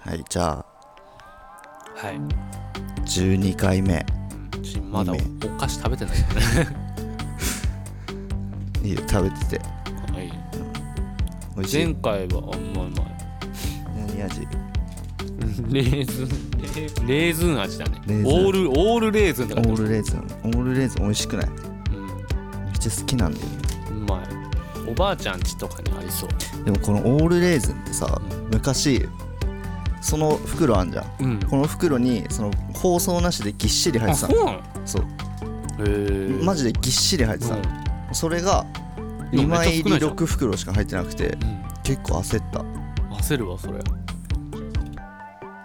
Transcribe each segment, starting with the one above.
はいじゃあはい12回目しまだお菓子食べてないよねいいよ食べててはい美味し前い回はあんまう まい何味レーズンレーズン味だねレーズンオールオールレーズンってオ感じールレーズンオールレーズン美味しくないめっちゃ好きなんだよねうんうまいおばあちゃんちとかにありそうでもこのオールレーズンってさ昔その袋あんじゃんうんこの袋にその包装なしでぎっしり入あってたそのうなのそうへえマジでぎっしり入ってたのそれが2枚入り6袋しか入ってなくて結構焦った焦るわそれい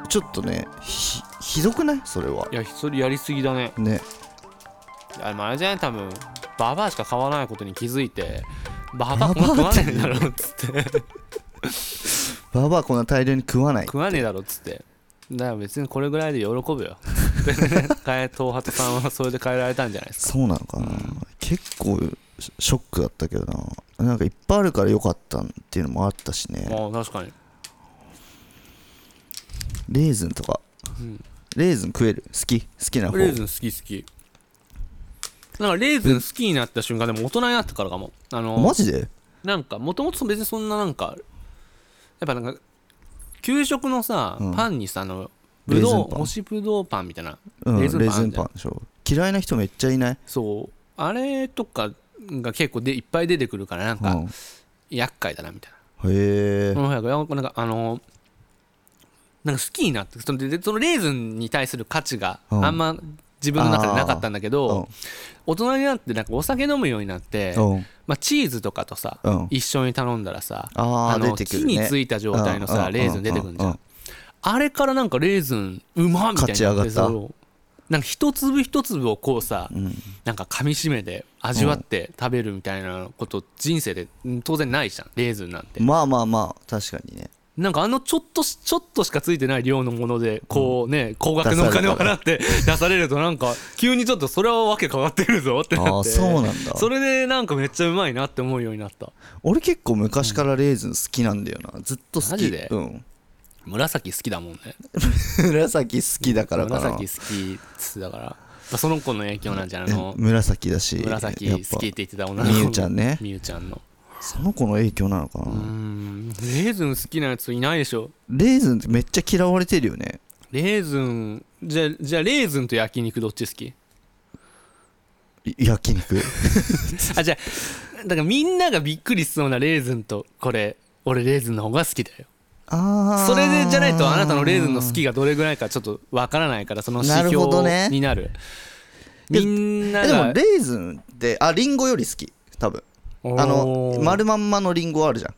ちょっとねひひどくないそれはやそれやりすぎだねねあれもあれじゃない多分ババアしか買わないことに気づいてバババアバア食わねえだろっつってババアこんな大量に食わない食わねえだろっつってだから別にこれぐらいで喜ぶ よで変え東鳩さんはそれで変えられたんじゃないですかそうなのかな、結構シショックだったけどななんかいっぱいあるから良かったっていうのもあったしねああ確かにレーズンとか、うんレーズン食える好き好きな方レーズン好き好きなんかレーズン好きになった瞬間でも大人になってからかもあのマジでなんかもともと別にそんななんかやっぱなんか給食のさ、うんパンにさあのレーズぶンパンどう干しぶどうパンみたいなうんレレーーズズンンパパンンでしょ嫌いな人めっちゃいないそうあれとかが結構でいっぱい出てくるからなんうかんへ厄介だなみたいえな、うん、なんかなんかあのなんか好きになってそのででそのレーズンに対する価値がうんあんま自分の中でなかったんだけうど、ん大人になってなんかお酒飲むようになって、うんまあ、チーズとかとさ、うん一緒に頼んだらさあーの出てく木るねについた状態のさ、うんレーズン出てくるじゃん、うんあれからなんかレーズンうまっみたいになって勝ち上がったそうなんか一粒一粒をこうさ、うんなんか噛みしめて味わって食べるみたいなこと人生でうん当然ないじゃんレーズンなんてまあまあまあ確かにねなんかあのちょっとしちょっとしかついてない量のものでこうね高額のお金を払って出されるとなんか急にちょっとそれはわけ変わってくるぞってあなあってーそうなんだそれでなんかめっちゃうまいなって思うようになった俺結構昔からレーズン好きなんだよなずっと好きマジでうん、 紫好きだもんね紫好きだからかな紫好きっつだからまあその子の影響なんじゃないあのえ紫だし紫やっ好ぱきって言ってた女の子みゆちゃんねみゆちゃんのその子の影響なのかな、うんレーズン好きなやついないでしょレーズンってめっちゃ嫌われてるよねレーズンじゃあじゃあレーズンと焼肉どっち好きい焼 肉あじゃあだからみんながびっくりしそうなレーズンとこれ俺レーズンの方が好きだよああそれでじゃないとあなたのレーズンの好きがどれぐらいかちょっとわからないからその指なるほどね標になるみんなえでもがレーズンってあリンゴより好き多分あのおー丸まんまのリンゴあるじゃん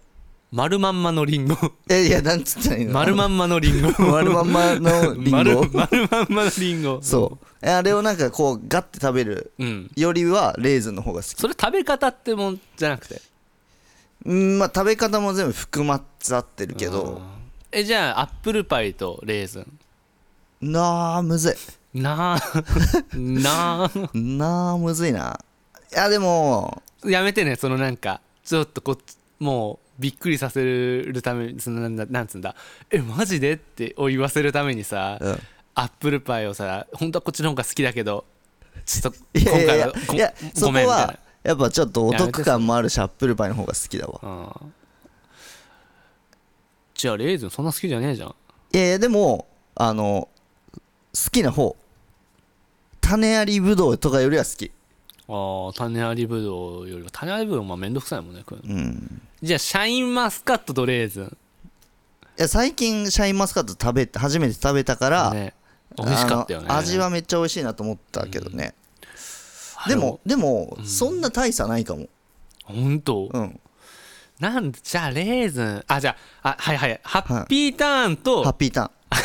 丸まんまのリンゴえいやなんつったらいいの丸まんまのリンゴ 丸まんまのリンゴ丸丸まんまのリンゴそうえあれをなんかこうガッて食べるう、ん、よりはレーズンの方が好きそれ食べ方ってもんじゃなくてうんまあ食べ方も全部含まっちゃってるけどえじゃあアップルパイとレーズンなあむずなあ なあいなあむずいないやでもやめてねそのなんかちょっとこっちもうびっくりさせるためにそのなんだなんつうんだえマジでってを言わせるためにさ、うんアップルパイをさ本当はこっちの方が好きだけどちょっとい今やいやい回はやごいやそごこめんみたいはやっぱちょっとお得感もあるしアップルパイの方が好きだわな、うん、じゃあレーズンそんな好きじゃねえじゃんいやいやでもあの好きな方種ありぶどうとかよりは好きああ種ありぶどうよりも種ありぶどうまあめんどくさいもんね食うのうんじゃあシャインマスカットとレーズンいや最近シャインマスカット食べて初めて食べたから、ね美味しかったよねあの味はめっちゃ美味しいなと思ったけどね、でもでもそんな大差ないかも本当うんなんでじゃあレーズンあじゃああはいはいハッピーターンと、ハッピーターン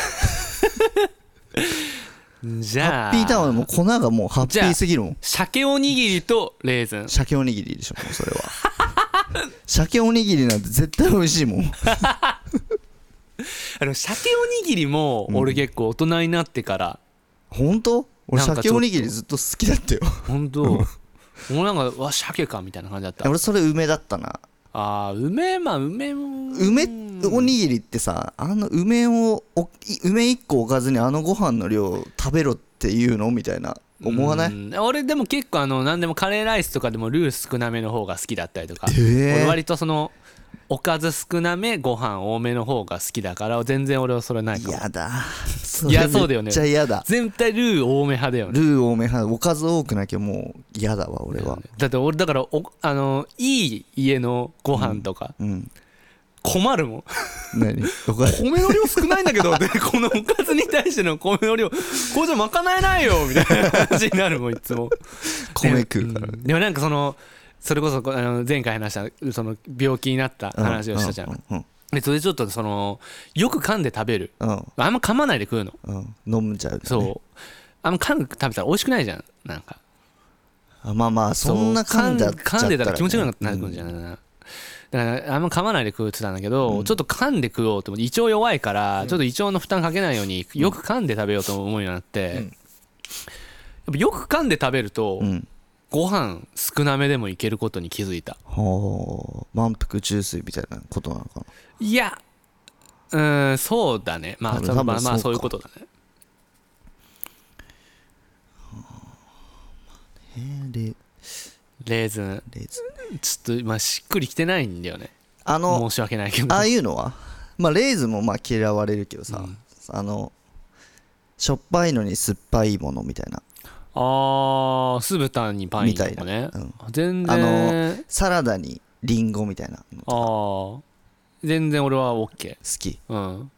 じハゃッあピーターンはもう粉がもうハッピーすぎるもん鮭おにぎりとレーズン鮭おにぎりでしょもうそれは 鮭おにぎりなんて絶対美味しいもんあの鮭おにぎりも俺結構大人になってから、本当俺なんかち鮭ょっとおにぎりずっと好きだ ったよ本当もうなんかわ鮭かみたいな感じだった俺それ梅だったなあー梅まあ梅も梅おにぎりってさあの梅をおい梅1個置かずにあのご飯の量食べろっていうのみたいな思わない、うん俺でも結構あの何でもカレーライスとかでもルー少なめの方が好きだったりとか、えー俺割とそのおかず少なめご飯多めの方が好きだから全然俺はそれないかも嫌だそいやれそうだよねめっちゃ嫌だ全体ルー多め派だよねルー多め派おかず多くなきゃもう嫌だわ俺はだって俺だからおあのいい家のご飯とかうん困るもん、何おかず米の量少ないんだけ どでこのおかずに対しての米の量これじゃ賄えないよみたいな感じになるもんいつも米食うからでもんでもなんかそのそれこそこあの前回話したその病気になった話をしたじゃん、うんでそれでちょっとそのよく噛んで食べるうんうんあんま噛まないで食うのうん飲んじゃうよねそうあんま噛んで食べたら美味しくないじゃんなんかあまあまあそんな噛んだそう噛んでたら気持ちよくなうるんんじゃないかな、だからあんま噛まないで食うって言ってたんだけど、うんちょっと噛んで食おうと思って胃腸弱いから、ちょっと胃腸の負担かけないようによく噛んで食べようと思うようになって、うんやっぱよく噛んで食べると、うんご飯少なめでもいけることに気づいたほう満腹中水みたいなことなのかないやうーんそうだねまあ多分まあまあ多分そうかそういうことだねえーレレーズンレーズンちょっとまあしっくりきてないんだよねあの申し訳ないけどああいうのはまあレーズンもまあ嫌われるけどさ、うんあのしょっぱいのに酸っぱいものみたいなああ酢豚にパインとみたかね、うん全然ああののサラダにリンゴみたいなの好ああ全然俺は OK きうん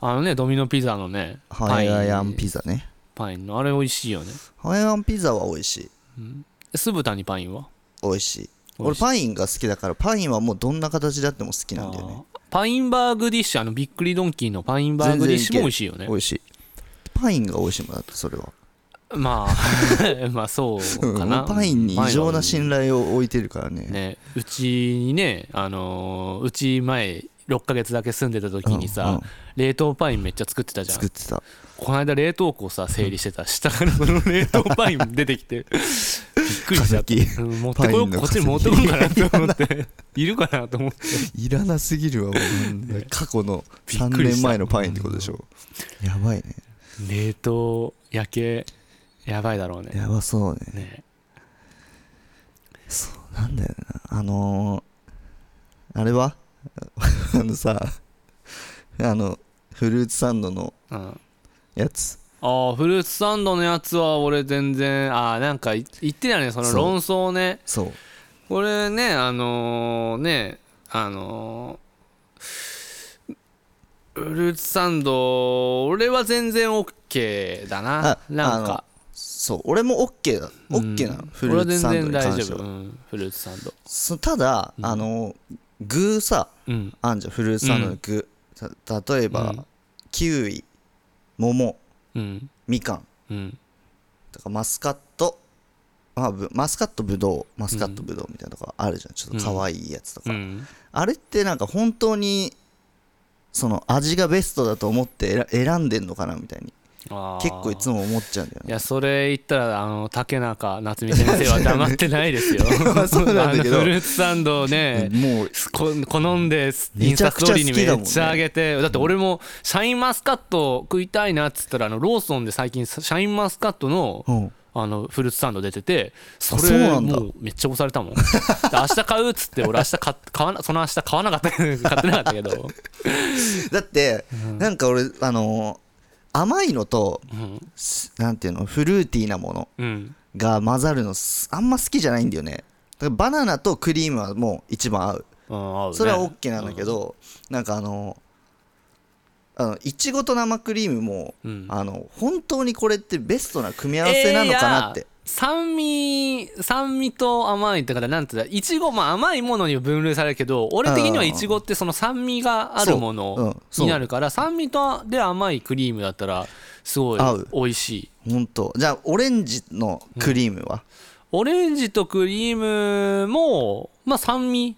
あのねドミノピザのねハワイアンザピザねパインのあれ美味しいよねハワイアンピザは美味しい酢豚にパインは美味しい美俺味しいパインが好きだからパインはもうどんな形であっても好きなんだよねあーパインバーグディッシュあのびっくりドンキーのパインバーグディッシュも美味しいよね美味しいパインが美味しいもんだってそれはまあ まあそうかうんなもうパインに異常な信頼頼を置いてるからねねうちにねあのーうち前6ヶ月だけ住んでた時にさ、うんうん冷凍パインめっちゃ作ってたじゃん作ってたこの間冷凍庫をさ整理してた下からその冷凍パイン出てきてびっくりしちゃっ化た、石うん持ってこパよインうのこっ化ち石に持ってこうかなと思っているかなと思っていらなすぎるわ、もう過去のびっく3り年した前のパインってことでしょ。やばいね。冷凍焼けやばいだろうねやばそうね。ねなんだよな。あのー、あれは あのさ、あの、フルーツサンドのうんやつ。ああフルーツサンドのやつは俺全然ああなんかい言ってたよねそのそう論争ねそう。これねあのーねあのーフルーツサンド俺は全然 OK だなあなんあのかそう。俺も OK だ。OK なの。フルーツサンドに関俺は全然大して丈夫、は。うん、フルーツサンドそうただ、うんあの、具さ、うんあんじゃん。フルーツサンドの具。た例えうばん、キウイ、桃、うんみかん。うんだからマスカット、まあ、ぶマスカットブドウマスカットブドウみたいなのとかあるじゃん、ちょっと可愛いやつとか、うんあれってなんか本当にその味がベストだと思って選選んでんのかなみたいにあー結構いつも思っちゃうんだよいねやそれ言ったらあの竹中夏美先生は黙ってないですよ あそうなんだけどあのフルーツサンドをねもうこ好んでイめンちゃスタくスちトゃ好ーリーきにだもんねめっちゃ上げてだって俺もシャインマスカット食いたいなっつったらあのローソンで最近シャインマスカットのうんあのフルーツサンド出ててそそうれなんだもうめっちゃ押されたもんで明日買うっつって俺明日買っ買わなその明日買わなかった買ってなかったけど、 だって、なんか俺あのー甘いのとうんすなんていうのフルーティーなものうん、が混ざるのすあんま好きじゃないんだよねだからバナナとクリームはもう一番合ううん合うねそれは OK なんだけど、なんかあのあのいちごと生クリームも、うんあの本当にこれってベストな組み合わせなのかなっえーいてや、酸味酸味と甘いってからなんていちごまあ甘いものに分類されるけど俺的にはいちごってその酸味があるもそううんのそうになるから酸味とで甘いクリームだったらすごい合う美味しい本当じゃあオレンジのクリームは、オレンジとクリームもまあ酸味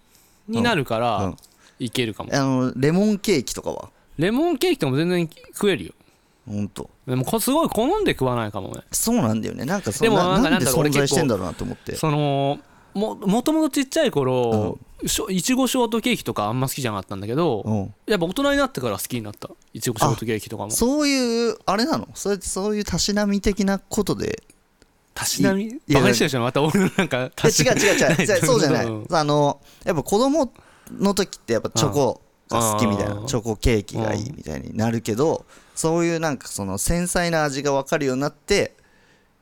になるかうんうらんいけるかもあのレモンケーキとかはレモンケーキとかも全然食えるよ本当でもこすごい好んで食わないかもねそうなんだよねなんかそでんもななんなかんでなんだろう存在してん俺結構だろうなと思ってそのももともとちっちゃい頃、しょいちごショートケーキとかあんま好きじゃなかったんだけどうんやっぱ大人になってから好きになったいちごショートケーキとかもそういうあれなのそれってそういうたしなみ的なことでたしなみやバカにしてるじゃんまた俺のなんかいたやし違う違う違う違うそうじゃないうんあのやっぱ子供の時ってやっぱチョコが好きみたいなうんチョコケーキがいいみたいになるけどそういうなんかその繊細な味が分かるようになって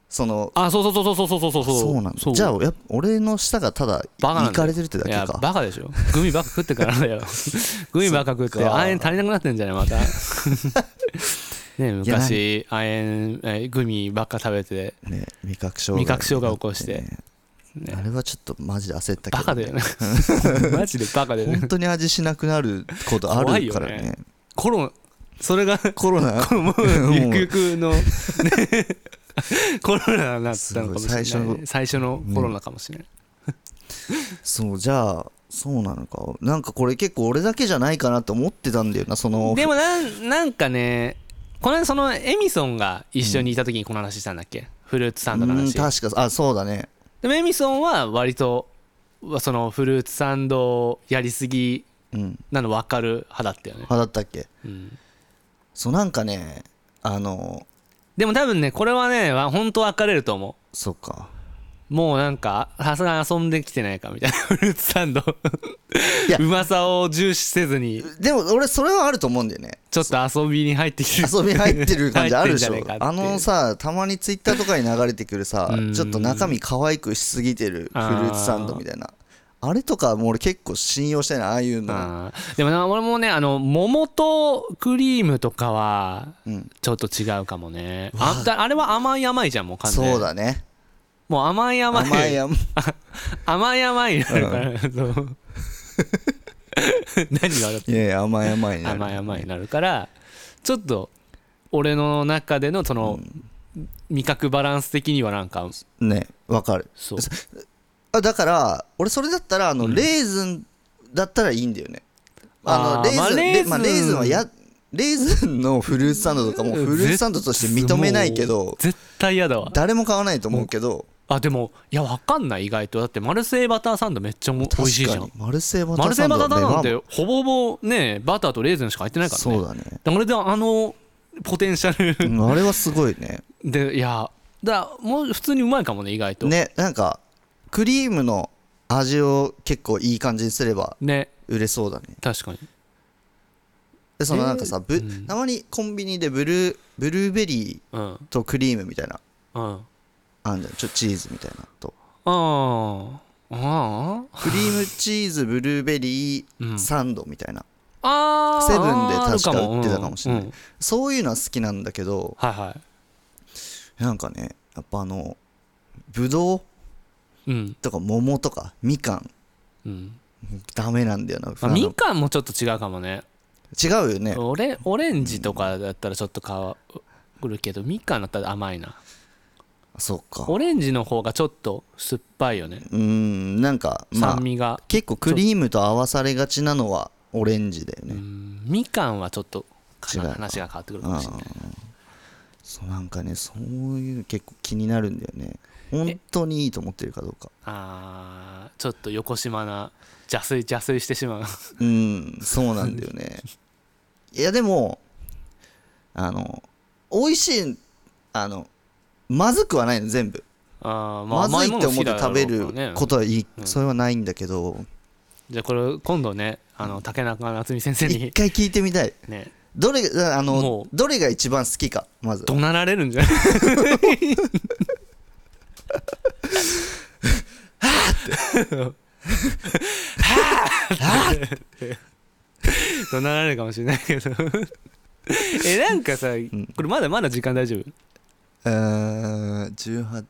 そのあそうそうそうそうそうそうそうそうそうなんだじゃあやっぱ俺の舌がただバカなんだいよかれてるってだいけやかバカでしょグミばっか食ってから だよグミばっか食ってそっ亜か鉛足りなくなってんじゃない またねえいやなん昔亜鉛えグミばっか食べてね味覚障害味覚障害を起こして、ねねあれはちょっとマジで焦ったけどバカだよね マジでバカだよね本当に味しなくなることあるから怖いよねコロナそれがコロナもううんゆくゆくの、ね、 コロナになったのかもしれないすごい最初のコロナかもしれない、そうじゃあそうなのかなんかこれ結構俺だけじゃないかなって思ってたんだよなそのでもなんなんかねこの間そのエミソンが一緒にいた時にこの話したんだっけ、フルーツサンドのうん話確かあそうだねでもエミソンは割とそのフルーツサンドをやりすぎうんなの分かる派だったよね、あだったっけうんそうなんかねあのでも多分ねこれはねわ本当分かれると思そっかうもうなんかさすがに遊んできてないかみたいな フルーツサンドいやうまさを重視せずにでも俺それはあると思うんだよ ねちょっと遊びに入ってきてる遊び入ってる感じあるでしょ入ってんじゃねえかあっていうのさたまにツイッターとかに流れてくるさうんちょっと中身可愛くしすぎてるフルーツサンドみたいなあれとかもう俺結構信用してないああいうのあーでもな俺もねあの桃とクリームとかはうんちょっと違うかもねあだあれは甘い甘いじゃんもう完全にそうだねもう甘い甘い甘い甘い甘い甘いになるから、そう 何があるいやいや甘い甘いね甘い甘いになるからちょっと俺の中でのその、味覚バランス的にはなんかねわかるそうあだから俺それだったらあのレーズンだったらいいんだよね、あのあレーまあーズンでまあ、レレーーズンズンはやレーズンのフルーツサンドとかもフルーツサンドとして認めないけもうど絶対嫌だわ誰も買わないと思うけどあでもいやわかんない意外とだってマルセイバターサンドめっちゃも美確味しいじゃかにんマルセイバタマールセサインドバターサンドなんはてほぼほぼねバターとレーズンしか入ってないからねそうだね、だからであのポテンシャうルんあれはすごいねでいやだからもう普通にうまいかもね意外とねねなんかクリームの味を結構いい感じにすれば売れそうだね確かにでそのなんかさ、ぶうんたまにコンビニでブルーブルーベリうんうんーとクリームみたいなああんじゃんちょチーズみたいなとあああクリームチーズブルーベリうんーサンドみたいな、あーセブンであー確かあるも売ってたかもしれないうんうんそういうのは好きなんだけどはいはなんかねやっぱあのぶどういうんとか桃とかみかんうんダメなんだよなまああのみかんもちょっと違うかもね違うよねオレオレンジとかだったらちょっと変わるけどみかんだったら甘いなあそっかオレンジの方がちょっと酸っぱいよねうーんなんかまあ酸味が、結構クリームと合わされがちなのはオレンジだようねんみかんはちょっとかな違う話が変わってくるかあもしれないーそうなんかねそういう結構気になるんだよね本当にいいと思ってるかどうかあーちょっと横島な邪推邪推してしまううんそうなんだよねいやでもあの美味しいあのまずくはないの全部、あー、まあ、まずいって甘思もっの好きだてろう食べからねることはいい、うんそれはないんだけど、じゃあこれ今度ねあの竹中夏実先生一に回聞いてみたいねどれあのもどれが一番好きかまず怒鳴られるんじゃない怒鳴られるかもしれないけ どえなんかさこれまだまだ時間大丈夫うーん18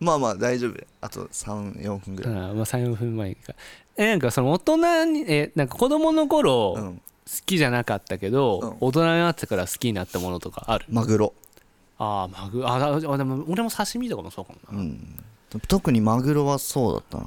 まあまあ大丈夫あと34分ぐらい、ああまあ、34分前かえなんかその大人にえなんか子供の頃う好ん、きじゃなかったけど、うん大人になってから好きになったものとかあるマグロ、ああマグああでも俺も刺身とかもそうかもな、うん、特にマグロはそうだったな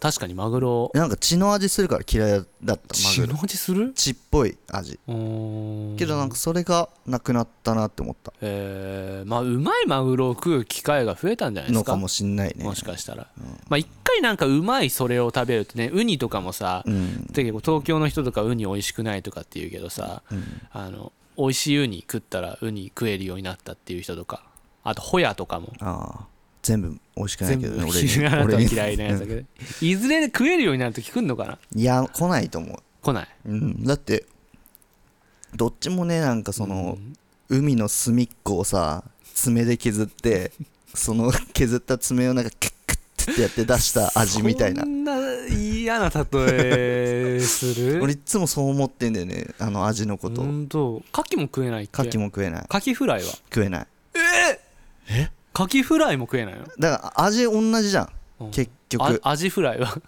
確かにマグロなんか血の味するから嫌いだったマ血グロの味する血っぽい味うーんけどなんかそれがなくなったなって思ったえー、まあうまいマグロを食う機会が増えたんじゃないでのすかかもしんないねもしかしたら、まあ一かりなんかうまいそれを食べるとねウニとかもさ、うんで結構東京の人とかウニ美味しくないとかって言うけどさ、あの美味しいウニ食ったらウニ食えるようになったっていう人とかあとホヤとかもああ全部美味しくないけ全部どね俺 に嫌いな俺に嫌いなやつだけどいずれ食えるようになる時来んのかないや来ないと思う、来ないうん、だってどっちもねなんかその、海の隅っこをさ爪で削 ってその削った爪をなんかクックッってやって出した味みたいなそんな嫌な例えする 俺いつもそう思ってんだよねあの味のことほんと牡蠣も食えないっけ牡蠣も食えない牡蠣フライは食えない牡蠣フライも食えないのだから味同じじゃんうん結局あアジフライは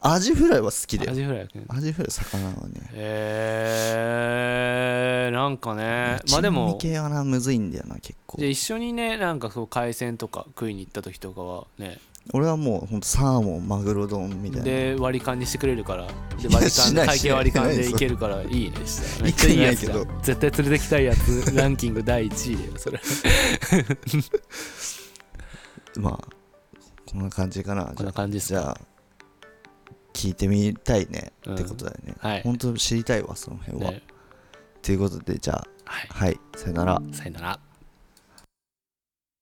アジフライは好きだアよジフライは食えないアジフライ魚はねえー、なんかねまあで珍味も系はなむずいんだよな結構で一緒にねなんかそう海鮮とか食いに行った時とかはね俺はもうほんとサーモンマグロ丼みたいなで割り勘にしてくれるからでいや割りし勘ない会計割り勘しないでしないいけるからいいねしたいめっちゃいいやいつくじらゃやん絶対連れてきたいやつランキング第1位だよそれまあこんな感じかなこんな感じですじゃかあ聞いてみたいね、うんってことだよね、はい本当知りたいわその辺は、ねということでじゃあはいはいさよならさよなら